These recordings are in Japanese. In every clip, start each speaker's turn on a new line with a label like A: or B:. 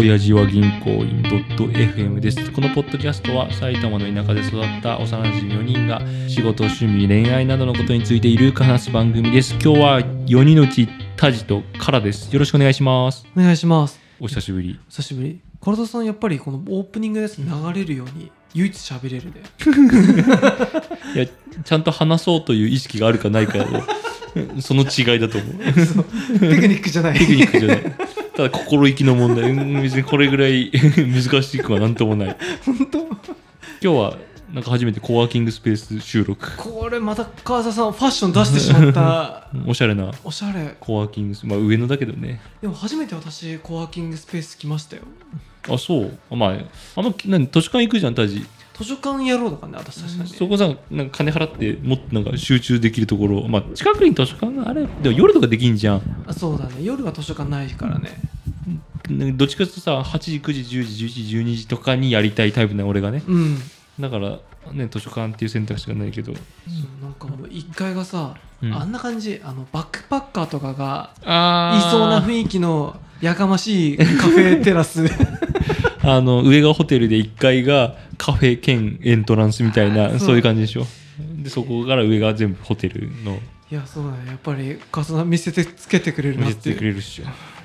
A: 親父は銀行員 .fm です。このポッドキャストは埼玉の田舎で育った幼馴染4人が仕事、趣味、恋愛などのことについてゆるく話す番組です。今日は4人のうちタジとカラです。よろしくお願いします。
B: お願いします
A: お久しぶり。
B: 久しぶり唐田さんやっぱりこのオープニングです流れるように唯一喋れるで
A: いや、ちゃんと話そうという意識があるかないかをうん その違いだと思う。
B: テクニックじゃない
A: テクニックじゃない。ただ心意気の問題。うん別にこれぐらい 難しくはなんともない。
B: 本当
A: 今日はなんか初めてコワーキングスペース収録。
B: これまた川田さんファッション出してしまった
A: おしゃれな
B: おしゃれ
A: コワーキングス、まあ上野だけどね。
B: でも初めて私コワーキングスペース来ましたよ
A: あ、そう。あまあ、あの、何、図書館行くじゃん、タジ。
B: 図書館やろうだからね私確かに
A: そこさ、なんか金払って、もっとなんか集中できるところ、まあ近くに図書館があれ、でも夜とかできんじゃん。
B: あそうだね夜は図書館ないからね
A: なんかどっちかというとさ、8時、9時、10時、11時、12時とかにやりたいタイプな俺がね。
B: うん、
A: だから、ね、図書館っていう選択肢がないけど。
B: そうなんかもう1階がさ、
A: うん
B: あんな感じあのバックパッカーとかが
A: あ
B: いそうな雰囲気のやかましいカフェテラス
A: あの上がホテルで1階がカフェ兼エントランスみたい
B: あ
A: な
B: ー
A: そ
B: そうう
A: いう感じでしょでそこから上が全部ホテルの
B: いやそうだねやっぱり川田さん見せてつけてくれる
A: 見
B: なっ
A: せ
B: て
A: てく
B: いう
A: れるっしょ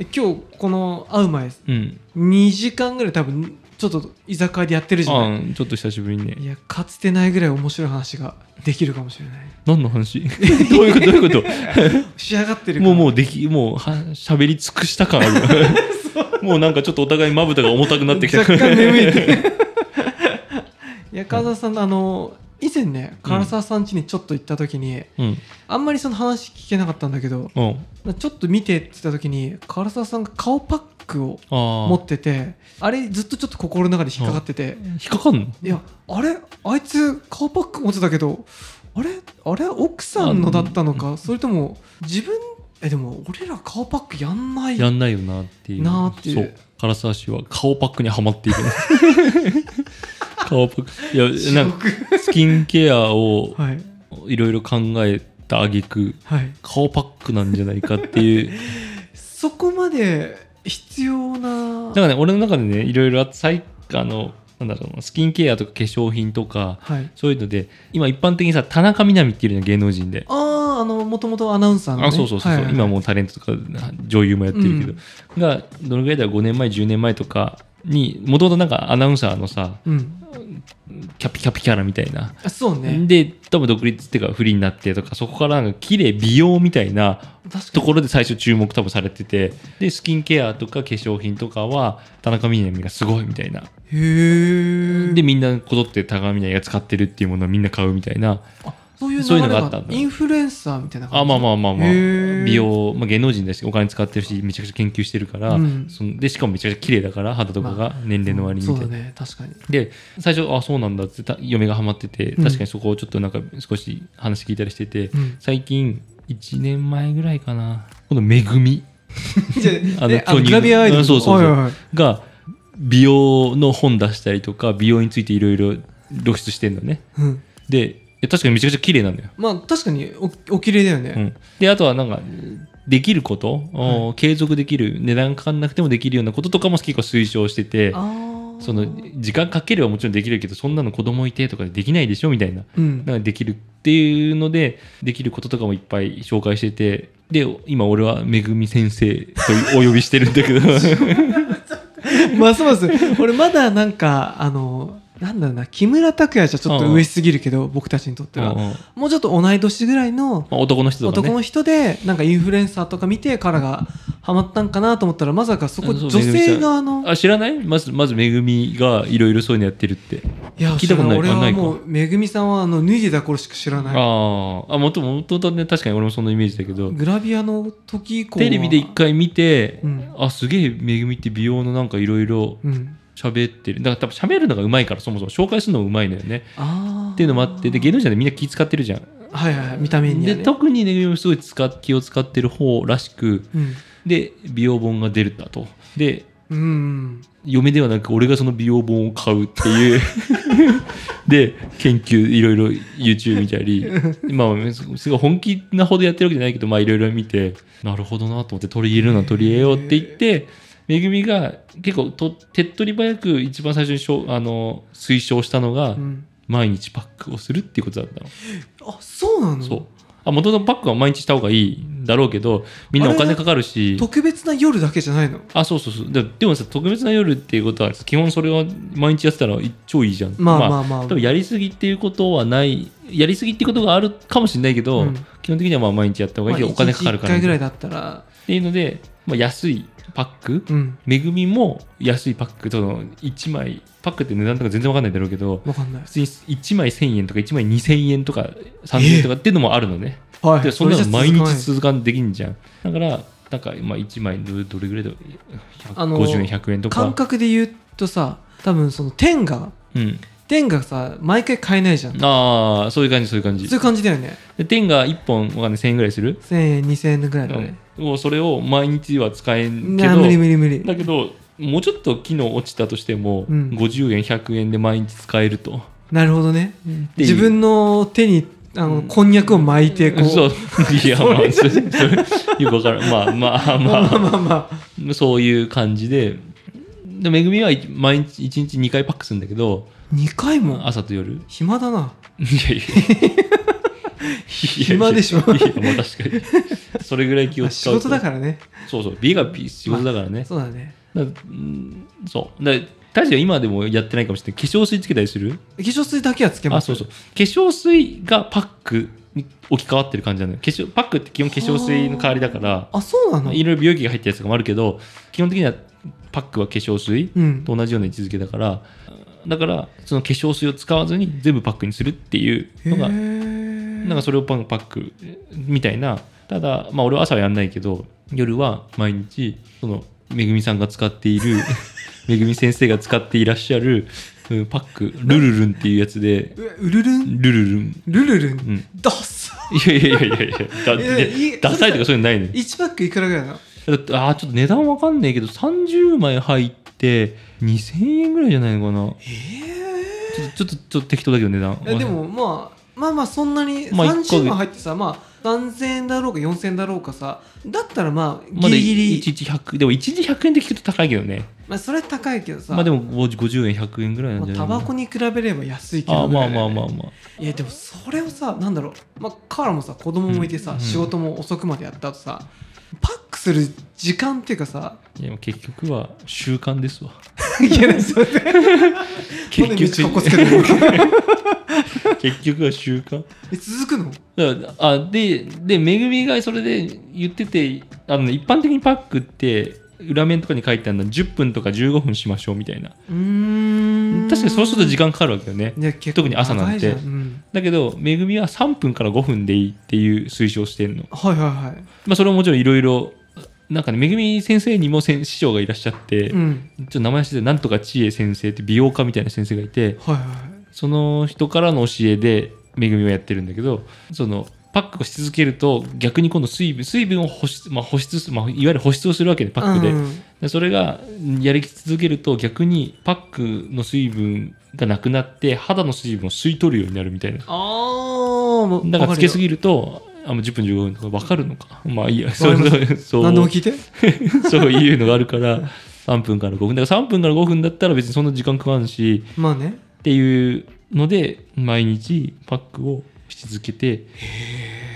B: え今日この会う前
A: うん
B: 2時間ぐらい多分ちょっと居酒屋でやってるじゃ
A: あ
B: ない
A: ーちょっと久しぶりに
B: い
A: ね
B: やかつてないぐらい面白い話ができるかもしれない
A: 何の 話どういうことどういうこ
B: 仕上がっ
A: と
B: てる
A: もう
B: う
A: もうできもうは喋り尽くした感あるもうなんかちょっとお互いまぶたが重たくなってきた
B: 若干眠いいや川田さんあの以前ね唐沢さん家にちょっと行った時に、
A: うん
B: あんまりその話聞けなかったんだけど
A: うん
B: ちょっと見てって言った時に唐沢さんが顔パックを
A: ああ
B: 持っててあれずっとちょっと心の中で引っかかってて
A: 引っかかんの
B: いやあれあいつ顔パック持ってたけどあれあれ奥さんのだったのかそれとも自分えでも俺ら顔パックやんない
A: やんないよなっていう。
B: なあっていう
A: そう。唐沢氏は顔パックにはまっている。 顔パック。いや、なんか、スキンケアを
B: はい
A: いろいろ考えた挙句
B: はい
A: 顔パックなんじゃないかっていう。
B: そこまで必要な
A: だからね、俺の中でね、いろいろあって、最あの、なんだろうな、スキンケアとか化粧品とか、
B: はい
A: そういうので、今一般的にさ、田中みな実っているの芸能人で。
B: あああのもともとアナウンサーの、ね、
A: あそうそうそうそう、
B: はい
A: 今もうタレントとか女優もやってるけど、がどのぐらいだろう5年前10年前とかにもともとなんかアナウンサーのさ
B: うん
A: キャピキャピキャラみたいな、
B: あそうね
A: で多分独立っていうか不利になってとかそこからなんか綺麗美容みたいな
B: 確か
A: と
B: に
A: ころで最初注目多分されててでスキンケアとか化粧品とかは田中みな実がすごいみたいな
B: へえ
A: でみんなこぞって田中みな実が使ってるっていうものをみんな買うみたいな
B: あそういう
A: そういう
B: 流
A: のが
B: れ
A: あ
B: が
A: ったんだ
B: インフルエンサーみたいな感じ
A: あまあまあまあまあ
B: へー
A: 美容、まあ、芸能人だしお金使ってるしめちゃくちゃ研究してるから、
B: うん
A: そのでしかもめちゃくちゃ綺麗だから肌とかが年齢の割にみ
B: そ
A: たいうな、
B: だね確かに
A: で最初あそうなんだってた嫁がハマってて
B: うん
A: 確かにそこをちょっとなんか少し話聞いたりしてて、
B: うん
A: 最近1年前ぐらいかなこの「めぐみ あの
B: ね
A: 巨乳
B: グラビアアイドル
A: あ
B: の
A: そうそうそう
B: はいはいはい」
A: が美容の本出したりとか美容についていろいろ露出してんのね
B: うん
A: でいや確かにめちゃくちゃ綺麗なんだよ
B: まあ確かにおお綺麗だよ
A: う
B: ね、
A: ん、であとはなんかできること、お継続できる値段かかんなくてもできるようなこととかも結構推奨してて
B: ああ
A: その時間かければもちろんできるけどそんなの子供いてとかでできないでしょみたいな
B: うん
A: なんかできるっていうのでできることとかもいっぱい紹介しててで今俺はめぐみ先生とお呼びしてるんだけど
B: ますます俺まだなんかあのなんだろうな木村拓哉じゃちょっと上すぎるけど僕たちにとって
A: うんうん
B: は
A: ま
B: もうちょっと同い年ぐらいの
A: あ男の人とか
B: 男
A: ね
B: の人でなんかインフルエンサーとか見てからがハマったんかなと思ったらまさかそこ
A: あそう
B: 女
A: め
B: 性側
A: ぐみちゃん
B: の
A: あ知らないまずまずめぐみがいろいろそういうのやってるって
B: いや
A: 聞いたことない
B: 知ら
A: あな
B: 俺はい
A: か
B: もうめぐみさんはあの脱いでた頃しか知らない
A: あーあもともとね確かに俺もそのイメージだけど
B: グラビアの時以降は
A: テレビで一回見て、
B: うん
A: あすげえめぐみって美容のなんかいろいろ
B: うん
A: 喋ってるだから多分喋るのがうまいからそもそも紹介するのがうまいのよね
B: ああ
A: っていうのもあってで芸能人でみんな気使ってるじゃん、
B: はいはいはい見た目に
A: で
B: はね
A: 特にめぐみもすごい使っ気を使ってる方らしく
B: うん
A: で美容本が出るんだとで
B: うん
A: 嫁ではなく俺がその美容本を買うって いうで研究いろいろ YouTube 見た りまあすごい本気なほどやってるわけじゃないけどまあいろいろ見てなるほどなと思って取り入れるな取り入れようって言ってめぐみが結構と手っ取り早く一番最初にしょあの推奨したのが、
B: うん、
A: 毎日パックをするっていうことだったの、
B: あそうなの
A: そうあ元々パックは毎日した方がいいだろうけどみんなお金かかるし
B: 特別な夜だけじゃないの
A: あそうそうそうででもさ特別な夜っていうことは基本それは毎日やってたらい超いいじゃん
B: まあまあまあ、
A: 多分やりすぎっていうことはないやりすぎっていうことがあるかもしれないけど、
B: うん
A: 基本的にはまあ毎日やった方がいいけど、お金かかるか
B: 1
A: ら
B: 回ぐら
A: っ
B: いだったら
A: ていうので、まあ、安いパック
B: うん
A: めぐみも安いパックその1枚パックって値段とか全然わかんないだろうけど
B: わかんない
A: 普通に1枚1000円とか1枚2000円とか3000円とかっていうのもあるのね、
B: は
A: でそんなの毎
B: それじゃ
A: 日
B: 続
A: 続かんできんじゃんだからなんかまあ1枚どれどれぐらいだろ
B: あの
A: う150円100円と
B: かない感
A: か
B: 覚で言うとさ多分その天が
A: うん
B: 天がさ毎回買えないじゃんそ
A: ああそういう感じそういう感
B: う
A: じ
B: いう感じだよね
A: で天が1本わかんない1000円ぐらいする
B: 1000円2000円ぐらいだね、
A: うんもうそれを毎日は使えん
B: い
A: け
B: や
A: ど
B: 無理無理無理
A: だけどもうちょっと機能落ちたとしても、
B: うん
A: 50円100円で毎日使えると
B: なるほどね
A: ていう
B: 自分の手にあの、こんにゃくを巻いてこう
A: そういやまあ
B: そ
A: それ
B: れ
A: それよくわからんまあまあま
B: まあ まあまあまあ
A: あそういう感じででめぐみは毎日1日2回パックするんだけど
B: 2回も
A: 朝と夜
B: 暇だない
A: やいや
B: 暇でしょ
A: いやいやまあ確かにそれぐらい気を
B: あ
A: 使
B: 仕
A: うと
B: 事だからね
A: そうそう美が美仕事だからね、
B: そうだね
A: だうんそうだ大志は今でもやってないかもしれない化粧水つけたりする
B: 化粧水だけはつけ
A: あ
B: ます
A: そうそう化粧水がパックに置き換わってる感じなのよ化粧パックって基本化粧水の代わりだから
B: あそうなの
A: いろいろ美容液が入ったやつとかもあるけど基本的にはパックは化粧水
B: うん
A: と同じような位置づけだからだからその化粧水を使わずに全部パックにするっていうのが
B: な
A: なんかそれをパンパックみたいなただまあ俺は朝はやんないけど夜は毎日そのめぐみさんが使っている めぐみ先生が使っていらっしゃるうんパックルルルンっていうやつで
B: うるるん
A: ルルルン
B: ルルルン、
A: ん
B: ダッサ
A: いやいやいやいやいやだ
B: いやいや
A: いやダサいとかそういうのないのよ
B: 1パックいくらぐらいなの
A: だってあーちょっと値段わかんないけど30枚入って2000円ぐらいじゃないのかな
B: え
A: ちょっとちょっとちょっと適当だけど値段
B: えでもまあまあまあそんなに
A: まあ一個
B: 30
A: で
B: 万入ってさまあ3000円だろうか4000円だろうかさだったらまあ
A: まだ
B: ギリギ
A: 1
B: リ、
A: 日100でも1日100円で聞くと高いけどね
B: まあ、それは高いけどさ、
A: まあでも50円100円ぐらいなん
B: ま
A: じ
B: あ
A: ゃないか
B: タ
A: な
B: バコに比べれば安いけど
A: あー
B: ぐ
A: ま
B: ら
A: あ
B: いだ
A: ま
B: よ
A: あ
B: ね
A: まあまあ
B: いやでもそれをさなんだろうまあカーラもさ子供もいてさ、
A: うん
B: 仕事も遅くまでやった後さパックする時間っていうかさ
A: いやもう結局は習慣ですわ
B: いやそれで
A: 結
B: めっちゃかっこ
A: 局
B: つけてる
A: 結局は 習慣
B: え続くの
A: だからあででめぐみがそれで言っててあの、ね、一般的にパックって裏面とかに書いてあるのは10分とか15分しましょうみたいな
B: うーん
A: 確かにそうすると時間かかるわけよね
B: いや結構
A: 特に朝なんて
B: 長いじゃうん
A: だけどめぐみは3分から5分でいいっていう推奨してるの、
B: はいはいはい
A: まあ、それももちろんいろいろなんかねめぐみ先生にもせん師匠がいらっしゃって、ちょ
B: うん
A: っと名前しててなんとか千恵先生って美容家みたいな先生がいて
B: はいはい
A: その人からの教えでめぐみをやってるんだけどそのパックをし続けると逆に今度水分水分を保湿、まあ、保湿す、まあ、いわゆる保湿をするわけでパックで,、
B: うん
A: でそれがやり続けると逆にパックの水分がなくなって肌の水分を吸い取るようになるみたいな
B: ああ
A: だからつけす
B: ぎ
A: ぎるとあもう10分15分とか分かるのかまあいいや
B: か
A: そ
B: り
A: う
B: ます
A: そうそう
B: 何でも聞いて
A: そういうのがあるから3分から5分だから3分から5分だったら別にそんな時間かかんし
B: まあね
A: っていうので毎日パックをし続けて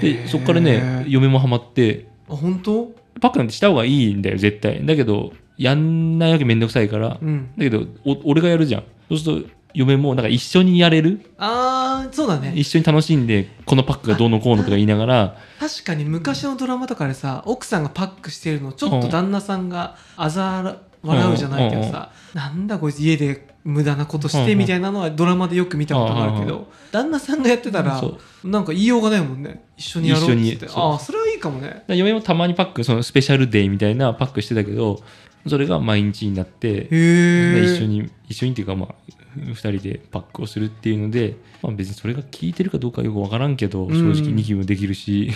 A: でそこからね嫁もハマって
B: あ本当
A: パックなんてした方がいいんだよ絶対だけどやんないわけめんどくさいからだ
B: うん
A: けどお俺がやるじゃんそうすると嫁もなんか一緒にやれる
B: ああそうだね
A: 一緒に楽しんでこのパックがどうのこうのとか言いながら
B: 確かに昔のドラマとかでさ奥さんがパックしてるのをちょっと旦那さんがあざ笑うじゃないけどさ、なんだこいつ家で無駄なことし
A: う
B: て
A: ん
B: みたいなのはドラマでよく見たことがあるけど、旦那さんがやってたら
A: そ
B: なんか言いようがないもんね一緒にやろうっつっ
A: 一緒
B: て
A: にそう
B: ああそれはいいかもね
A: で嫁もたまにパックそのスペシャルデーみたいなパックしてたけどそれが毎日になって
B: へ
A: で
B: え
A: 一緒に一緒にっていうかまあ2人でパックをするっていうので、まあ、別にそれが効いてるかどうかよく分からんけど
B: うん
A: 正直ニキもできる し、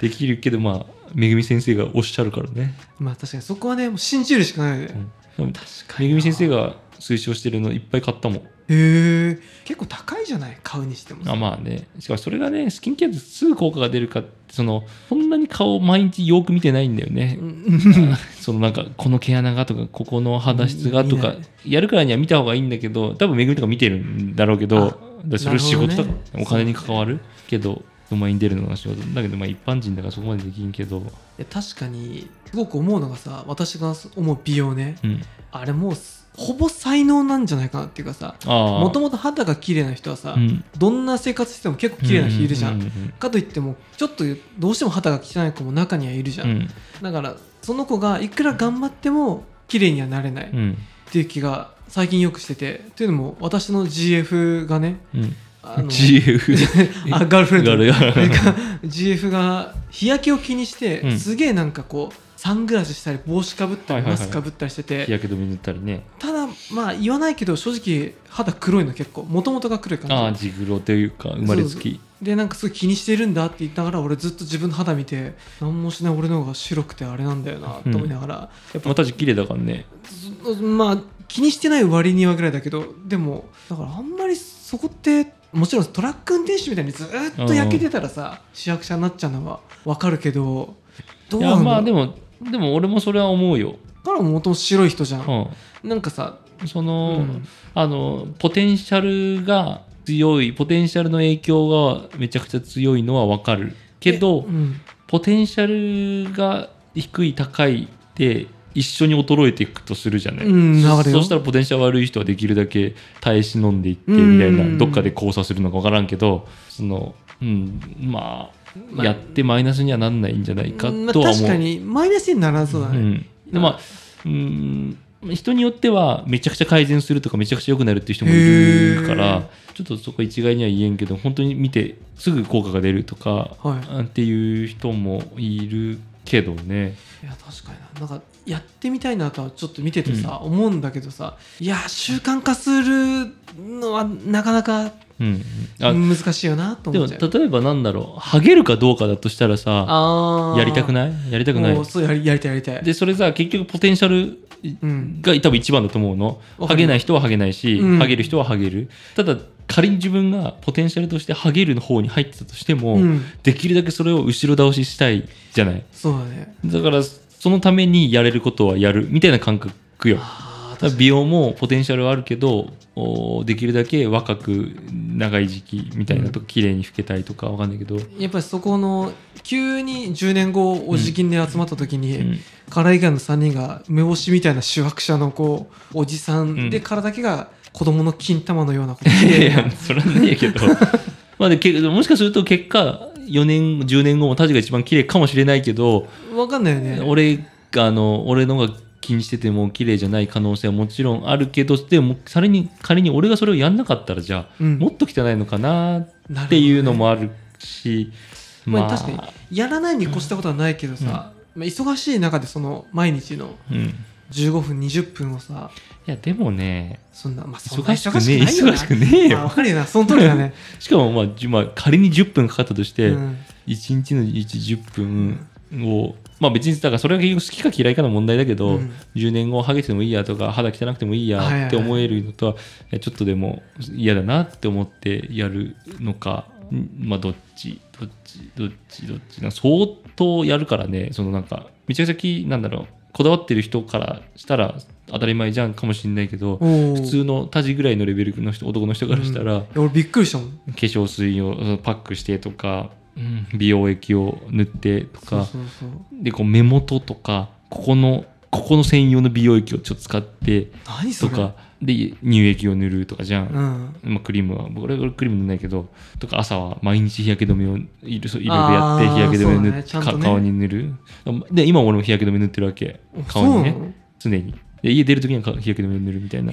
A: できるけどまあめぐみ先生がおっしゃるからね、
B: まあ確かにそこはねもう信じるしかないよね、
A: うん
B: 確か
A: め
B: に
A: ぐみ先生が推奨してるのいっぱい買ったもん
B: へえ結構高いじゃない買うにしても
A: あまあねしかもそれがねスキンケアですぐ効果が出るかってそのそんなに顔を毎日よく見てないんだよね
B: う、ん
A: そのなんかこの毛穴がとかここの肌質がと
B: う
A: か
B: ん見な
A: やるからには見た方がいいんだけど多分めぐみとか見てるんだろうけどだからそれ仕事だから、
B: なるほどね
A: お金に関わるけど人前に出るのが仕事だけどまあ一般人だからそこまでできんけど、
B: いや確かにすごく思うのがさ私が思う美容ね
A: うん、
B: あれもうほぼ才能なんじゃないかなっていうかさ
A: ああ
B: もともと肌が綺麗な人はさ、
A: うん
B: どんな生活しても結構綺麗な人いるじゃん,、
A: ううん
B: かといってもちょっとどうしても肌が汚い子も中にはいるじゃ、
A: うんん
B: だからその子がいくら頑張っても綺麗にはなれないっ
A: うんうん
B: ていう気が最近よくしててっていうのも私の GF がね
A: うんうん
B: あの
A: GF
B: あガールフレンド
A: ガールガール
B: が GF が日焼けを気にして、
A: うん
B: すげえなんかこうサングラスしたり帽子かぶった
A: はい
B: り
A: はい
B: マ
A: はい
B: スクかぶったりしてて、
A: 日焼け止め塗ったりね
B: ただまあ言わないけど正直肌黒いの結構もともとが黒い感じ
A: ああジグロというか生まれつき
B: でなんかすごい気にしてるんだって言いながら俺ずっと自分の肌見て何もしない俺の方が白くてあれなんだよなと思いながら、
A: まあたち綺麗だからね
B: そまあ気にしてない割にはぐらいだけどでもだからあんまりそこってもちろんトラック運転手みたいにずっと焼けてたらさ主役者になっちゃうのはわかるけどどう
A: い
B: な
A: や
B: ん
A: ま
B: だ
A: あで
B: ろう
A: もでも俺もそれは思うよ、
B: からもともと白い人じゃん、
A: う
B: なんかさ
A: ん、その、
B: うん
A: あのポテンシャルが強いポテンシャルの影響がめちゃくちゃ強いのは分かるけど、
B: えうん
A: ポテンシャルが低い高いで一緒に衰えていくとするじゃない、
B: うん
A: そ
B: わかるよ
A: そしたらポテンシャル悪い人はできるだけ耐え忍んでいってみたいな、
B: うん
A: どっかで交差するのか分からんけどその、うん、まあ、
B: まあ
A: やってマイナスにはなんないんじゃないか
B: まあ
A: とは思う。
B: 確かにマイナスにならそうだね、
A: うん、でまあうん人によってはめちゃくちゃ改善するとかめちゃくちゃ良くなるっていう人もいるか
B: へー
A: らちょっとそこ一概には言えんけど本当に見てすぐ効果が出るとか、
B: はい
A: あっていう人もいるけどね
B: いや確かにななんかやってみたいなとはちょっと見ててさ、思うんだけどさいや習慣化するのはなかなか
A: うんあ、
B: 難しいよなと
A: で
B: 思
A: も
B: っちゃう
A: 例えばなんだろうハゲるかどうかだとしたらさ
B: あ
A: やりたく
B: い
A: ないやりたくない
B: もうそうやりやりたいやりたい
A: でそれさ結局ポテンシャル
B: うん
A: が多分一番だと思うのハ
B: わかる
A: ゲない人はハゲないし、
B: うん
A: ハゲる人はハゲるただ仮に自分がポテンシャルとしてハゲるの方に入ってたとしても、
B: うん
A: できるだけそれを後ろ倒ししたいじゃない
B: そうだね
A: だからそのためにやれることはやるみたいな感覚よだか
B: あー
A: ら
B: 確か
A: 美容もポテンシャルはあるけどおーできるだけ若く長い時期みたいなとか綺麗に老けたいとかわかんないけど、う
B: にやっぱりそこの急に10年後お辞儀で集まった時に、
A: ん
B: から以外の3人が梅干しみたいな主役者のこうおじさん、
A: うん
B: でからだけが子供の金玉のようなこう綺
A: いや
B: 麗
A: い
B: な
A: や、それはねえけ ど。まあでけもしかすると結果、4年、10年後もタジが一番綺麗かもしれないけど、
B: わかんないよね
A: 俺が、あの、俺のが気にしてても綺麗じゃない可能性はもちろんあるけど、でも、それに、仮に俺がそれをやんなかったら、じゃあ、
B: うん
A: もっと汚いのかな
B: なるほどね
A: っていうのもあるし、
B: まあ、確かにやらないに越したことはないけどさ、まあ、忙しい中でその毎日の
A: うん。い
B: 15分20分をさ
A: や、でもね、
B: そんなまあそんな
A: 忙しくねえ、
B: 忙しく
A: 忙
B: ないよな
A: しくねえ
B: まあ
A: よ
B: わ。かるよなその通りだね、
A: しかも、まあじゅ、まあ、仮に10分かかったとし
B: う
A: て、
B: ん、
A: 1日の110分を、まあ別にだからそれが結局好きか嫌いかの問題だけど、
B: うん
A: 10年後ハゲてもいいやとか肌汚くてもいい
B: はいはいは
A: や
B: い
A: って思えるのとは、いやちょっとでも嫌だなって思ってやるのかんまあどっちどっちどっちどっちなんか相当やるからねそのなんかめちゃくちゃきなんだろうこだわってる人からしたら当たり前じゃんかもしれないけど
B: お
A: 普通のタジぐらいのレベルの人男の人からしたら、
B: 通俺びっくりしたもん
A: 化粧水をそのパックしてとか、うん美容液を塗ってと
B: そう
A: か
B: そうそう
A: でこう目元とかここのここの専用の美容液をちょっと使って
B: 何そ
A: と
B: れ
A: かで乳液を塗るとかじゃ、
B: うんん
A: まあ、クリームは僕俺俺クリーム塗んないけどとか朝は毎日日焼け止めをいろそういろいろやって
B: あー
A: 日焼け止めを塗
B: そう
A: っ
B: だね
A: て、
B: ちゃんと
A: か
B: ね
A: 顔に塗るで今俺も日焼け止め塗ってるわけ顔にね常にで家出る時には日焼け止めを塗るみたいな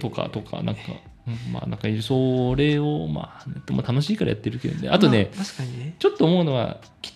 A: とかとかなんか、うんまあなんかそれをまあ、でも楽しいからやってるけどねあ
B: あ
A: とね、
B: 確かにね
A: ちょっと思うのはき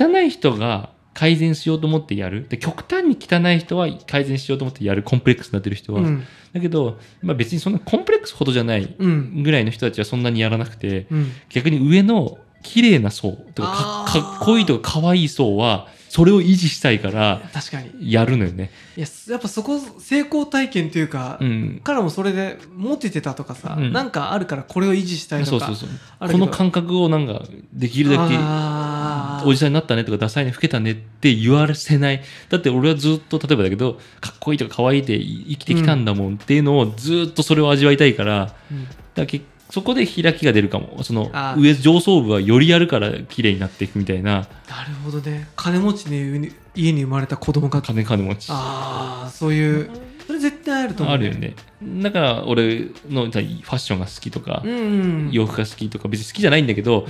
A: 汚い人が改善しようと思ってやるで極端に汚い人は改善しようと思ってやるコンプレックスになってる人は、
B: うん
A: だけど、まあ、別にそんなコンプレックスほどじゃない
B: うん
A: ぐらいの人たちはそんなにやらなくて
B: うん
A: 逆に上の綺麗な層とかか
B: あー
A: かっこいいとか可愛い層はそれを維持したいから
B: 確かにい
A: やるのよね。
B: ややっぱそこ成功体験というか、
A: うん、
B: からもそれでモテてたとかさ、
A: うん
B: なんかあるからこれを維持したい
A: そ
B: と
A: うそう
B: か
A: そう
B: ある
A: こ
B: けど
A: の感覚をなんかできるだけ
B: あー
A: おじさんになったねとかダサいね老けたねって言わせないだって俺はずっと例えばだけどかっこいいとか可愛いで生きてきたんだもんっていうのをずっとそれを味わいたいから
B: うん
A: だけそこで開きが出るかもその
B: あー
A: 上上層部はよりやるから綺麗になっていくみたいな
B: なるほどね金持ちの家に生まれた子供が
A: 金金持ちあ
B: ああそういうそれ絶対あると思う、
A: るよねだから俺のさファッションが好きとか
B: うんうん
A: 洋服が好きとか別に好きじゃないんだけど
B: う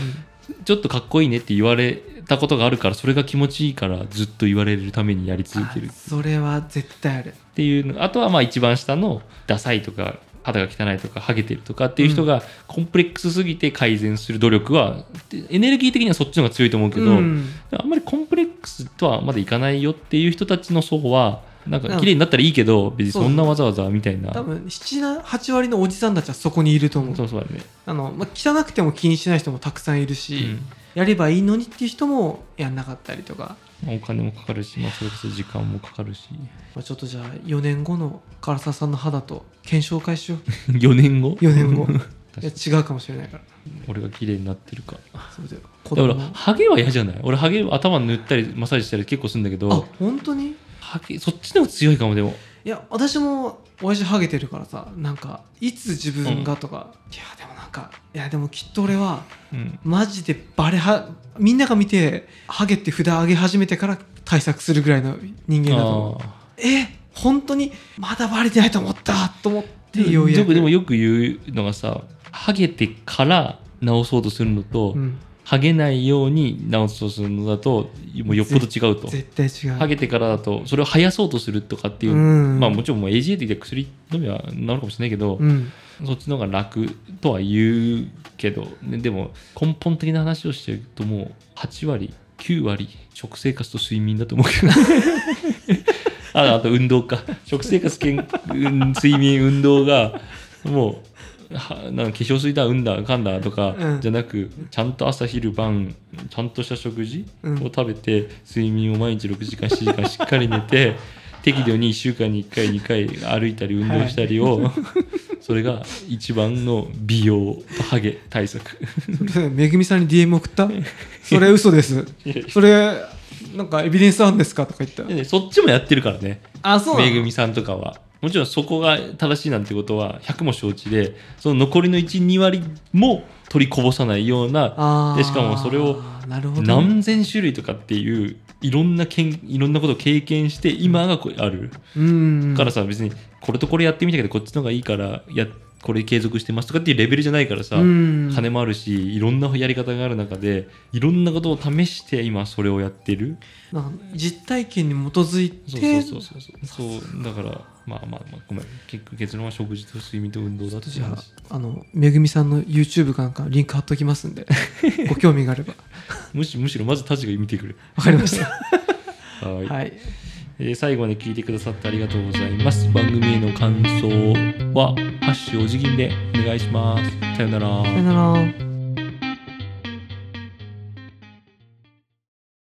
B: ん
A: ちょっとかっこいいねって言われたことがあるからそれが気持ちいいからずっと言われるためにやり続ける
B: あそれは絶対ある
A: っていうのあとはまあ一番下のダサいとか肌が汚いとかハゲてるとかっていう人がコンプレックスすぎて改善する努力はでエネルギー的にはそっちの方が強いと思うけど、
B: うん
A: あんまりコンプレックスとはまだいかないよっていう人たちの層はなん
B: う
A: か
B: ん
A: 綺麗になったらいいけど別にそんなわざわざみたいな
B: 多分78割のおじさんたちはそこにいると思う
A: そうそうだね、
B: あの、まあ、汚くても気にしない人もたくさんいるし、やればいいのにっていう人もやんなかったりとか、
A: うんお金もかかるし、まあ、それこそ時間もかかるし
B: まあ、ちょっとじゃあ4年後の唐沢さんの肌と検証会しよう
A: 4年後
B: 4年後い
A: 確か
B: や違うかもしれないか
A: 俺が綺麗になってるから
B: そうだよ子
A: だか
B: 供
A: らハゲは嫌じゃない俺ハゲ頭塗ったりマッサージしたり結構するんだけ
B: あ
A: ど
B: 本当に
A: ハゲそっちの方が強いかもでも
B: いや私も親父ハゲてるからさなんかいつ自分がとか、いやでもなんかいやでもきっと俺は
A: うん
B: マジでバレはみんなが見てハゲって札上げ始めてから対策するぐらいの人間だと思う
A: あ
B: え本当にまだバレてないと思ったと思って
A: ー
B: ようや
A: よ
B: く
A: くでもよく言うのがさハゲてから直そうとするのと、
B: うん、
A: ハゲないように直そうとするのだともうよっぽど違うと
B: 絶対違う
A: ハゲてからだとそれを生やそうとするとかっていう、
B: うん
A: まあもちろんもう AGA で薬飲みは治るかもしれないけど、
B: うん
A: そっちの方が楽とは言うけど、ね、でも根本的な話をしてるともう8割9割食生活と睡眠だと思うけど ああと運動か食生活健うん睡眠運動がもうはなんか化粧水だうんだかんだとか
B: うん
A: じゃなく、ちゃんと朝昼晩ちゃんとした食事
B: うん
A: を食べて、睡眠を毎日6時間7時間しっかり寝て適度に1週間に1回2回歩いたり運動したりを、 それが一番の美容とハゲ対策
B: それめぐみさんに DM 送 ったそれ嘘ですそれなんかエビデンスあるんですかとか言った
A: でそっちもやってるからね
B: あそうなの
A: めぐみさんとかはもちろんそこが正しいなんてことは100も承知でその残りの12割も取りこぼさないような
B: あー
A: でしかもそれを
B: なるほどね
A: 何千種類とかっていういろんなけんいろんなことを経験して今がこうある、
B: うん
A: からさ別にこれとこれやってみたけどこっちの方がいいからやこれ継続してますとかっていうレベルじゃないからさ、
B: うん
A: 金もあるしいろんなやり方がある中でいろんなことを試して今それをやってる
B: なんか実体験に基づい
A: そう
B: て
A: そうそうそうそうだからまあまあまあごめん結局結論は食事と睡眠と運動だと
B: じゃああのめぐみさんの YouTube かなんかリンク貼っときます んでご興味があれば
A: むしむしろまずたちが見てくれ
B: わかりました
A: はい
B: はい
A: えー最後まで聞いてくださってありがとうございます番組への感想は「ハッシュお辞儀」でお願いしますさよなら
B: さよなら